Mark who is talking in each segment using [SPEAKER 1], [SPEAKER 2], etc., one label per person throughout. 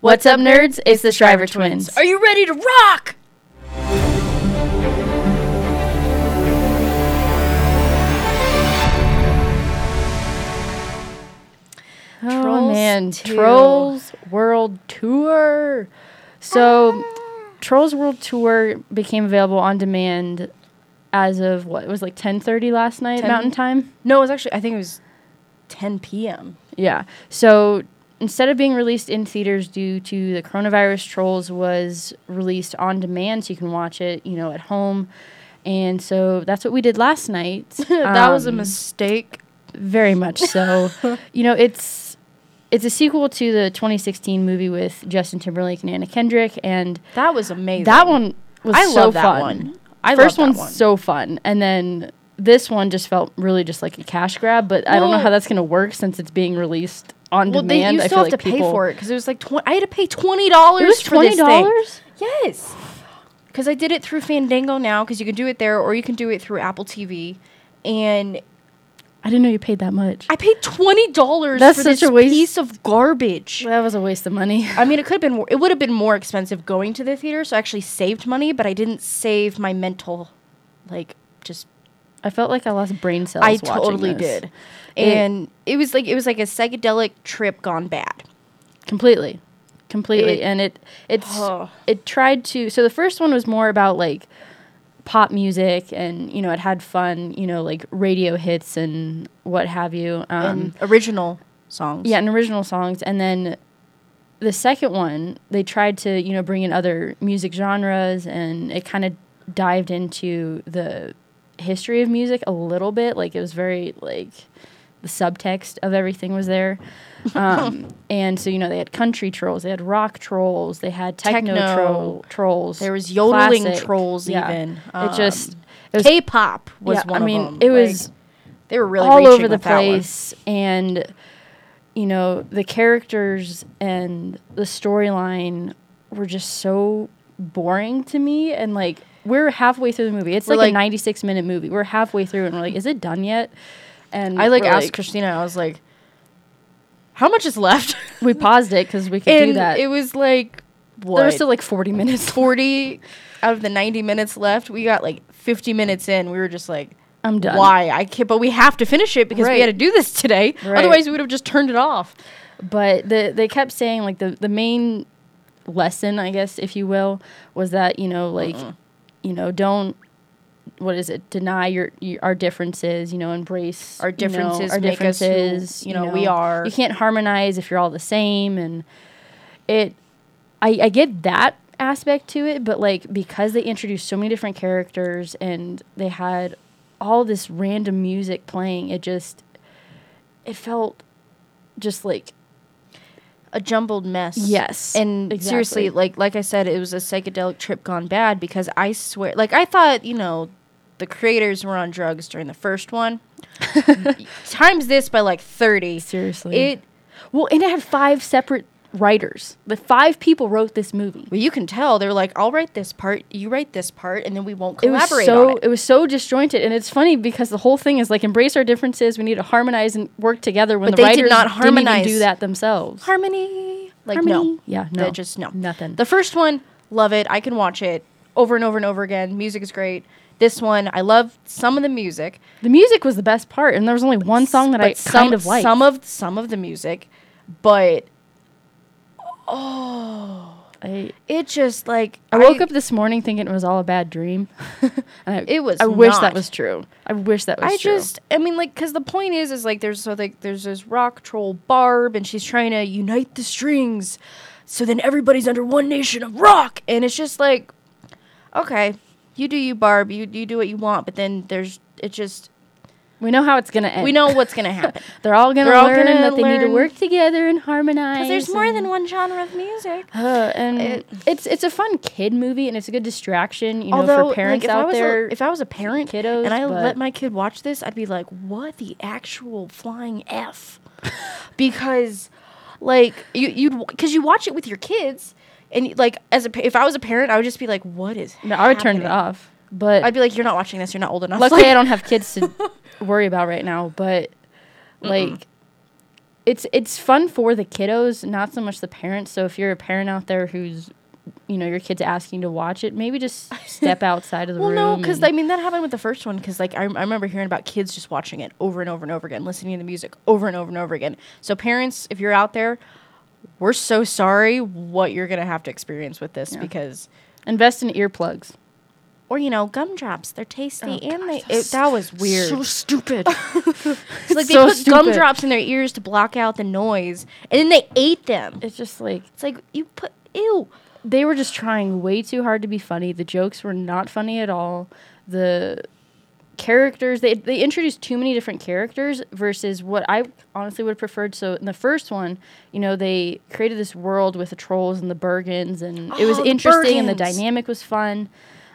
[SPEAKER 1] What's up, nerds? It's the Shriver Twins.
[SPEAKER 2] Are you ready to rock?
[SPEAKER 1] Oh
[SPEAKER 2] Trolls
[SPEAKER 1] man,
[SPEAKER 2] 2.
[SPEAKER 1] Trolls World Tour. So,
[SPEAKER 2] Ah.
[SPEAKER 1] Trolls World Tour became available on demand as of what it was like 10:30 last night
[SPEAKER 2] 10?
[SPEAKER 1] Mountain Time.
[SPEAKER 2] No, it was actually I think it was 10 p.m.
[SPEAKER 1] Yeah. So instead of being released in theaters due to the coronavirus, Trolls was released on demand, so you can watch it, you know, at home. And so that's what we did last night.
[SPEAKER 2] that was a
[SPEAKER 1] Um,
[SPEAKER 2] mistake.
[SPEAKER 1] Very much so. you know, it's it's a sequel to the 2016 movie with Justin Timberlake and Anna Kendrick, and
[SPEAKER 2] That was amazing.
[SPEAKER 1] that one was
[SPEAKER 2] I
[SPEAKER 1] so
[SPEAKER 2] love that
[SPEAKER 1] fun.
[SPEAKER 2] one. I
[SPEAKER 1] First
[SPEAKER 2] love
[SPEAKER 1] one's
[SPEAKER 2] that one.
[SPEAKER 1] so fun, and then this one just felt really just like a cash grab. But I don't know
[SPEAKER 2] Well-
[SPEAKER 1] how that's gonna work since it's being released on
[SPEAKER 2] well, they,
[SPEAKER 1] demand.
[SPEAKER 2] you
[SPEAKER 1] I
[SPEAKER 2] still
[SPEAKER 1] feel
[SPEAKER 2] have
[SPEAKER 1] like
[SPEAKER 2] to pay
[SPEAKER 1] people-
[SPEAKER 2] for it because it was like twenty. I had to pay twenty dollars.
[SPEAKER 1] It was twenty dollars.
[SPEAKER 2] Yes, because I did it through Fandango now because you can do it there or you can do it through Apple TV, and
[SPEAKER 1] I didn't know you paid that much.
[SPEAKER 2] I paid twenty dollars for
[SPEAKER 1] That's
[SPEAKER 2] this
[SPEAKER 1] such a waste.
[SPEAKER 2] piece of garbage.
[SPEAKER 1] that was a waste of money.
[SPEAKER 2] I mean, it could have been. wor- It would have been more expensive going to the theater, so I actually saved money, but I didn't save my mental, like just
[SPEAKER 1] I felt like I lost brain cells.
[SPEAKER 2] I
[SPEAKER 1] watching
[SPEAKER 2] totally
[SPEAKER 1] this.
[SPEAKER 2] did. And it, was like it was like a psychedelic trip gone bad.
[SPEAKER 1] completely completely
[SPEAKER 2] It-
[SPEAKER 1] and it it's
[SPEAKER 2] Oh.
[SPEAKER 1] it tried to so the first one was more about like pop music and you know it had fun you know like radio hits and what have you um
[SPEAKER 2] and original songs.
[SPEAKER 1] yeah and original songs and then the second one they tried to you know bring in other music genres and it kind of dived into the history of music a little bit like it was very like the subtext of everything was there um, and so you know they had country trolls they had rock trolls they had techno,
[SPEAKER 2] Techno.
[SPEAKER 1] troll, trolls
[SPEAKER 2] There was yodeling
[SPEAKER 1] classic.
[SPEAKER 2] trolls
[SPEAKER 1] Yeah.
[SPEAKER 2] even.
[SPEAKER 1] it just it was
[SPEAKER 2] K-pop was
[SPEAKER 1] yeah,
[SPEAKER 2] one.
[SPEAKER 1] i mean
[SPEAKER 2] of them.
[SPEAKER 1] it
[SPEAKER 2] Like,
[SPEAKER 1] was
[SPEAKER 2] they were really
[SPEAKER 1] all
[SPEAKER 2] reaching
[SPEAKER 1] over the
[SPEAKER 2] with that one.
[SPEAKER 1] place and you know the characters and the storyline were just so boring to me and like we're halfway through the movie it's
[SPEAKER 2] We're
[SPEAKER 1] like,
[SPEAKER 2] like-
[SPEAKER 1] a 96 minute movie we're halfway through and we're like is it done yet and
[SPEAKER 2] I like
[SPEAKER 1] we're
[SPEAKER 2] asked Christina. I was like, "How much is left?"
[SPEAKER 1] we paused it because we could
[SPEAKER 2] and
[SPEAKER 1] do that
[SPEAKER 2] it was like what?
[SPEAKER 1] there was still like 40 minutes
[SPEAKER 2] forty out of the ninety minutes left. We got like fifty minutes in. We were just like.
[SPEAKER 1] i'm done
[SPEAKER 2] Why I can't, but we have to finish it because we had to
[SPEAKER 1] Right.
[SPEAKER 2] do this today.
[SPEAKER 1] Right.
[SPEAKER 2] Otherwise, we would have just turned it off.
[SPEAKER 1] but the, they kept saying like the, the main lesson i guess if you will was that you know like
[SPEAKER 2] Uh-uh.
[SPEAKER 1] you know don't what is it deny your, your our differences you know embrace
[SPEAKER 2] Our
[SPEAKER 1] you know,
[SPEAKER 2] differences make us who, you know, we are.
[SPEAKER 1] you can't harmonize if you're all the same and it i i get that aspect to it but like because they introduced so many different characters and they had all this random music playing it just it felt just like
[SPEAKER 2] a jumbled mess.
[SPEAKER 1] Yes,
[SPEAKER 2] And seriously,
[SPEAKER 1] exactly.
[SPEAKER 2] like like I said, it was a psychedelic trip gone bad because I swear like I thought, you know, the creators were on drugs during the first one. Times this by like 30.
[SPEAKER 1] Seriously.
[SPEAKER 2] It
[SPEAKER 1] Well, and it had five separate writers. The five people wrote this movie.
[SPEAKER 2] well, you can tell they're like, I'll write this part, you write this part, and then we won't
[SPEAKER 1] It was
[SPEAKER 2] collaborate
[SPEAKER 1] so
[SPEAKER 2] on
[SPEAKER 1] it.
[SPEAKER 2] it.
[SPEAKER 1] was so disjointed, and it's funny because the whole thing is like embrace our differences. We need to harmonize and work together. When
[SPEAKER 2] But
[SPEAKER 1] the
[SPEAKER 2] they did
[SPEAKER 1] writers
[SPEAKER 2] not
[SPEAKER 1] didn't even
[SPEAKER 2] harmonize.
[SPEAKER 1] do that themselves.
[SPEAKER 2] Harmony. Like
[SPEAKER 1] Harmony.
[SPEAKER 2] no.
[SPEAKER 1] Yeah,
[SPEAKER 2] They're
[SPEAKER 1] no.
[SPEAKER 2] just no.
[SPEAKER 1] Nothing.
[SPEAKER 2] The first one, love it. I can watch it over and over and over again. Music is great. This one, I love some of the music.
[SPEAKER 1] The music was the best part, and there was only one song that
[SPEAKER 2] but
[SPEAKER 1] I
[SPEAKER 2] some,
[SPEAKER 1] kind of liked.
[SPEAKER 2] Some of some of the music, but oh,
[SPEAKER 1] I,
[SPEAKER 2] it just like
[SPEAKER 1] I woke up this morning thinking it was all a bad dream. and I,
[SPEAKER 2] It was
[SPEAKER 1] I wish
[SPEAKER 2] not.
[SPEAKER 1] that was true. I wish that was
[SPEAKER 2] I
[SPEAKER 1] true.
[SPEAKER 2] just, I mean, like, because the point is, is like, there's so like, there's this rock troll Barb, and she's trying to unite the strings, so then everybody's under one nation of rock, and it's just like, okay, you do you, Barb, you you do what you want, but then there's, it just,
[SPEAKER 1] we know how it's gonna end.
[SPEAKER 2] we know what's gonna happen.
[SPEAKER 1] they're all gonna
[SPEAKER 2] They're all
[SPEAKER 1] learn
[SPEAKER 2] gonna
[SPEAKER 1] that they need to
[SPEAKER 2] learn-
[SPEAKER 1] work together and harmonize.
[SPEAKER 2] Because there's more
[SPEAKER 1] and-
[SPEAKER 2] than one genre of music.
[SPEAKER 1] Uh, and
[SPEAKER 2] It-
[SPEAKER 1] it's it's a fun kid movie and it's a good distraction, you know, for
[SPEAKER 2] like,
[SPEAKER 1] parents
[SPEAKER 2] if I
[SPEAKER 1] out
[SPEAKER 2] was a-
[SPEAKER 1] there.
[SPEAKER 2] if I was a parent
[SPEAKER 1] kiddos,
[SPEAKER 2] and I
[SPEAKER 1] but-
[SPEAKER 2] let my kid watch this, I'd be like, "What the actual flying f?" because, like, you you'd because you watch it with your kids, and like as a pa- if I was a parent, I would just be like, "What is?"
[SPEAKER 1] no, I would turn it
[SPEAKER 2] happening?"
[SPEAKER 1] off. But
[SPEAKER 2] I'd be like, "You're not watching this. You're not old enough."
[SPEAKER 1] luckily,
[SPEAKER 2] Like,
[SPEAKER 1] I don't have kids to worry about right now. But like, it's it's fun for the kiddos, not so much the parents. So if you're a parent out there who's you know your kids asking to watch it, maybe just step outside of the
[SPEAKER 2] Well,
[SPEAKER 1] room.
[SPEAKER 2] no, because
[SPEAKER 1] and-
[SPEAKER 2] I mean that happened with the first one. Because like I, I remember hearing about kids just watching it over and over and over again, listening to the music over and over and over again. So parents, if you're out there, we're so sorry what you're gonna have to experience with this because,
[SPEAKER 1] invest in earplugs.
[SPEAKER 2] or you know, gumdrops. They're tasty
[SPEAKER 1] Oh,
[SPEAKER 2] and
[SPEAKER 1] God,
[SPEAKER 2] they
[SPEAKER 1] so
[SPEAKER 2] it, that was weird.
[SPEAKER 1] So stupid.
[SPEAKER 2] So, like
[SPEAKER 1] so
[SPEAKER 2] they put
[SPEAKER 1] stupid.
[SPEAKER 2] gumdrops in their ears to block out the noise, and then they ate them.
[SPEAKER 1] it's just like
[SPEAKER 2] It's like you put ew.
[SPEAKER 1] they were just trying way too hard to be funny. The jokes were not funny at all. The characters they they introduced too many different characters versus what I honestly would have preferred. So in the first one, you know, they created this world with the trolls and the Bergens, and it was
[SPEAKER 2] Oh, the
[SPEAKER 1] interesting and the
[SPEAKER 2] Bergens.
[SPEAKER 1] dynamic was fun.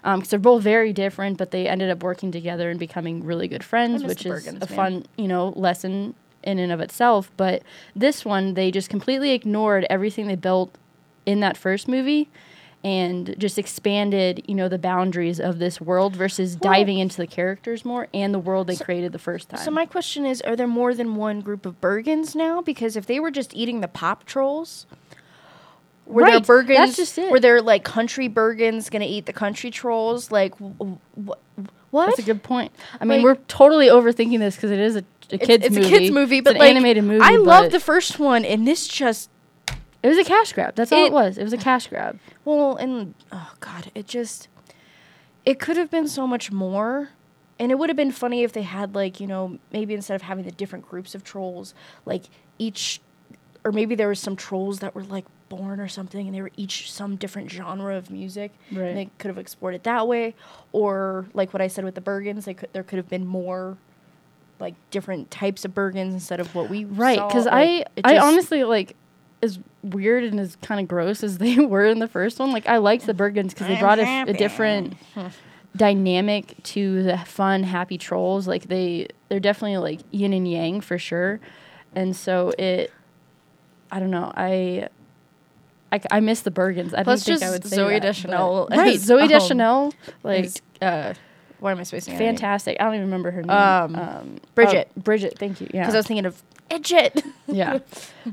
[SPEAKER 1] Um, cause they're both very different, but they ended up working together and becoming really good friends,
[SPEAKER 2] miss
[SPEAKER 1] which
[SPEAKER 2] the
[SPEAKER 1] is
[SPEAKER 2] Bergens,
[SPEAKER 1] a
[SPEAKER 2] man.
[SPEAKER 1] fun, you know, lesson in and of itself. But this one, they just completely ignored everything they built in that first movie and just expanded, you know, the boundaries of this world versus
[SPEAKER 2] Well-
[SPEAKER 1] diving into the characters more and the world they created the first time.
[SPEAKER 2] So my question is, are there more than one group of Bergens now? Because if they were just eating the pop trolls, were
[SPEAKER 1] Right,
[SPEAKER 2] there Bergens?
[SPEAKER 1] that's just it.
[SPEAKER 2] Were there like country Bergens gonna eat the country trolls? Like wh- wh- what?
[SPEAKER 1] That's a good point. I mean,
[SPEAKER 2] Like-
[SPEAKER 1] we're totally overthinking this because it is a, a
[SPEAKER 2] It's-
[SPEAKER 1] kids
[SPEAKER 2] it's,
[SPEAKER 1] movie.
[SPEAKER 2] a kids movie,
[SPEAKER 1] It's
[SPEAKER 2] but
[SPEAKER 1] an
[SPEAKER 2] like
[SPEAKER 1] animated movie.
[SPEAKER 2] I love
[SPEAKER 1] but
[SPEAKER 2] the first one, and this just
[SPEAKER 1] It was a cash grab. That's all
[SPEAKER 2] It-
[SPEAKER 1] it was. It was a cash grab.
[SPEAKER 2] well, and oh god, it just it could have been so much more. And it would have been funny if they had like, you know, maybe instead of having the different groups of trolls, like each or maybe there was some trolls that were like born or something and they were each some different genre of music.
[SPEAKER 1] Right.
[SPEAKER 2] And they could have explored it that way or like what I said with the Bergens, they could there could have been more like different types of Bergens instead of what we
[SPEAKER 1] Right,
[SPEAKER 2] saw,
[SPEAKER 1] because I,
[SPEAKER 2] like, it
[SPEAKER 1] I
[SPEAKER 2] just-
[SPEAKER 1] honestly like as weird and as kind of gross as they were in the first one. Like I liked the Bergens because they
[SPEAKER 2] I'm
[SPEAKER 1] brought a, f- a
[SPEAKER 2] happy.
[SPEAKER 1] different dynamic to the fun, happy trolls. Like they, they're definitely like yin and yang for sure. And so it, I don't know, I. I, c- I miss the Bergens. I
[SPEAKER 2] Plus
[SPEAKER 1] don't think I
[SPEAKER 2] just
[SPEAKER 1] would say
[SPEAKER 2] Zooey
[SPEAKER 1] that, but-
[SPEAKER 2] Deschanel
[SPEAKER 1] Right,
[SPEAKER 2] as,
[SPEAKER 1] Zoe
[SPEAKER 2] um,
[SPEAKER 1] Deschanel, like
[SPEAKER 2] Is, uh why am I spacing out her name?
[SPEAKER 1] fantastic. I don't even remember her name.
[SPEAKER 2] Um,
[SPEAKER 1] oh,
[SPEAKER 2] Bridget.
[SPEAKER 1] Bridget, thank you. Yeah,
[SPEAKER 2] because I was thinking of Edget.
[SPEAKER 1] yeah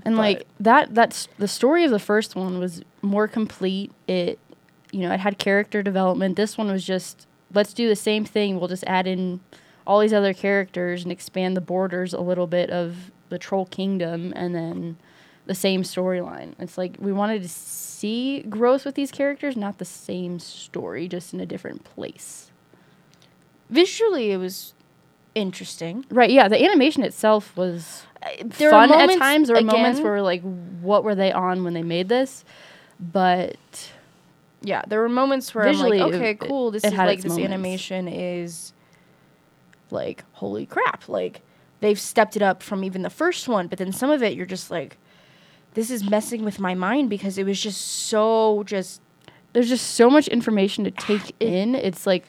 [SPEAKER 1] and like that that's the story of the first one was more complete it you know it had character development this one was just let's do the same thing we'll just add in all these other characters and expand the borders a little bit of the troll kingdom and then the same storyline it's like we wanted to see growth with these characters not the same story just in a different place
[SPEAKER 2] Visually, it was interesting.
[SPEAKER 1] right yeah the animation itself was
[SPEAKER 2] There
[SPEAKER 1] fun
[SPEAKER 2] were
[SPEAKER 1] at
[SPEAKER 2] moments,
[SPEAKER 1] times. There were moments
[SPEAKER 2] again-
[SPEAKER 1] where like, what were they on when they made this? But
[SPEAKER 2] yeah, there were moments where
[SPEAKER 1] Visually,
[SPEAKER 2] I'm
[SPEAKER 1] it-
[SPEAKER 2] like, okay,
[SPEAKER 1] it-
[SPEAKER 2] cool. This
[SPEAKER 1] it
[SPEAKER 2] is
[SPEAKER 1] had
[SPEAKER 2] like
[SPEAKER 1] its
[SPEAKER 2] this
[SPEAKER 1] moments.
[SPEAKER 2] animation is like holy crap. Like they've stepped it up from even the first one, but then some of it you're just like, this is messing with my mind because it was just so just
[SPEAKER 1] there's just so much information to take in. It's like,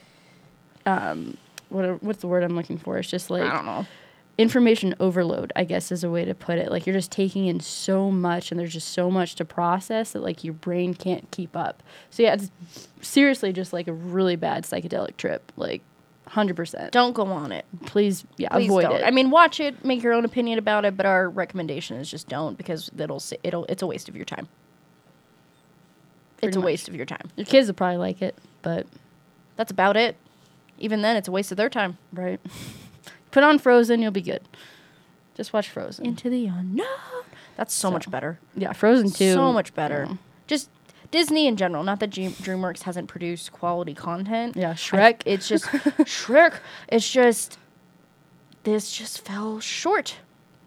[SPEAKER 1] um, what what's the word I'm looking for? It's just like
[SPEAKER 2] know.
[SPEAKER 1] information overload. I guess is a way to put it. Like you're just taking in so much, and there's just so much to process that like your brain can't keep up. So yeah, it's seriously just like a really bad psychedelic trip. Like, hundred percent.
[SPEAKER 2] Don't go on it.
[SPEAKER 1] Please, yeah,
[SPEAKER 2] Please
[SPEAKER 1] avoid
[SPEAKER 2] don't.
[SPEAKER 1] it.
[SPEAKER 2] I mean, watch it, make your own opinion about it, but our recommendation is just don't because it'll s- it'll it's a waste of your time. it's
[SPEAKER 1] Pretty
[SPEAKER 2] a
[SPEAKER 1] much.
[SPEAKER 2] waste of your time.
[SPEAKER 1] your kids will probably like it, but
[SPEAKER 2] That's about it. Even then, it's a waste of their time.
[SPEAKER 1] Right. Put on Frozen, you'll be good. Just watch Frozen.
[SPEAKER 2] Into the unknown. That's so,
[SPEAKER 1] So,
[SPEAKER 2] much better.
[SPEAKER 1] yeah, Frozen too.
[SPEAKER 2] So much better. Just Disney in general. Not that G- DreamWorks hasn't produced quality content.
[SPEAKER 1] Yeah,
[SPEAKER 2] I-
[SPEAKER 1] Shrek.
[SPEAKER 2] it's just Shrek. It's just this just fell short.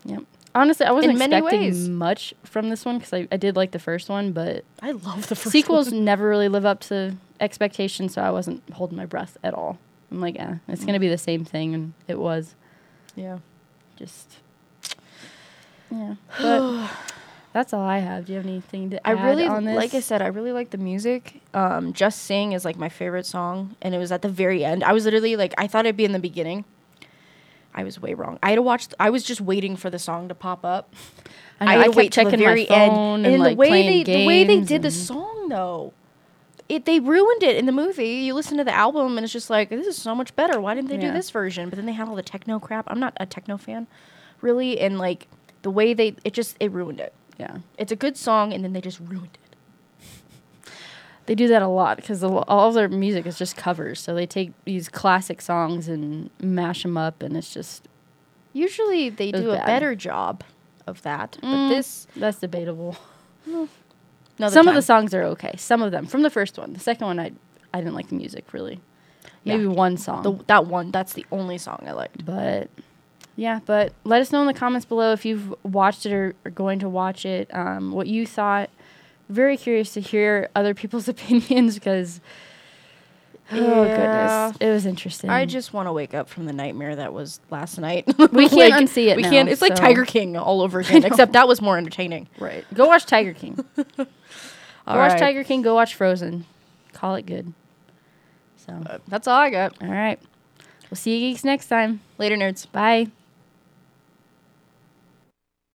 [SPEAKER 1] Yep. Honestly, I wasn't
[SPEAKER 2] In many
[SPEAKER 1] expecting
[SPEAKER 2] ways.
[SPEAKER 1] much from this one because I, I did like the first one, but
[SPEAKER 2] I love the first
[SPEAKER 1] sequels never really live up to expectations, so I wasn't holding my breath at all. I'm like, eh, it's gonna be the same thing, and it was
[SPEAKER 2] Yeah.
[SPEAKER 1] just. Yeah, but that's all I have. Do you have anything to
[SPEAKER 2] I
[SPEAKER 1] add
[SPEAKER 2] really
[SPEAKER 1] on this?
[SPEAKER 2] like I said, I really like the music. Um, Just Sing is like my favorite song, and it was at the very end. I was literally like, I thought it'd be in the beginning. I was way wrong. I had to watch. I was just waiting for the song to pop up.
[SPEAKER 1] I, know, I
[SPEAKER 2] had to
[SPEAKER 1] kept checking my phone and,
[SPEAKER 2] then
[SPEAKER 1] like
[SPEAKER 2] the way
[SPEAKER 1] playing
[SPEAKER 2] they the way they
[SPEAKER 1] games
[SPEAKER 2] did the
[SPEAKER 1] and-
[SPEAKER 2] song though, it they ruined it in the movie. You listen to the album and it's just like this is so much better. Why didn't they
[SPEAKER 1] Yeah.
[SPEAKER 2] do this version? But then they had all the techno crap. I'm not a techno fan, really, and like the way they it just it ruined it.
[SPEAKER 1] Yeah.
[SPEAKER 2] It's a good song, and then they just ruined it.
[SPEAKER 1] They do that a lot because all of their music is just covers. So they take these classic songs and mash them up, and it's just
[SPEAKER 2] Usually they
[SPEAKER 1] It was
[SPEAKER 2] do a
[SPEAKER 1] bad.
[SPEAKER 2] better job of that, but
[SPEAKER 1] Mm.
[SPEAKER 2] this
[SPEAKER 1] that's debatable.
[SPEAKER 2] another
[SPEAKER 1] Some of
[SPEAKER 2] time.
[SPEAKER 1] the songs are okay. Some of them from the first one. The second one, I I didn't like the music really.
[SPEAKER 2] Yeah.
[SPEAKER 1] Maybe one song.
[SPEAKER 2] the that one that's the only song I liked.
[SPEAKER 1] but yeah, but let us know in the comments below if you've watched it or are going to watch it. Um, what you thought. Very curious to hear other people's opinions because oh
[SPEAKER 2] Yeah.
[SPEAKER 1] goodness, it was interesting.
[SPEAKER 2] I just want to wake up from the nightmare that was last night.
[SPEAKER 1] We can't unsee it
[SPEAKER 2] We
[SPEAKER 1] now,
[SPEAKER 2] can't. It's like
[SPEAKER 1] so-
[SPEAKER 2] Tiger King all over again, except that was more entertaining.
[SPEAKER 1] right. Go watch Tiger King. go
[SPEAKER 2] All
[SPEAKER 1] watch
[SPEAKER 2] right.
[SPEAKER 1] Tiger King. Go watch Frozen. Call it good. So
[SPEAKER 2] That's all I got.
[SPEAKER 1] all right, we'll see you geeks next time.
[SPEAKER 2] Later, nerds.
[SPEAKER 1] Bye.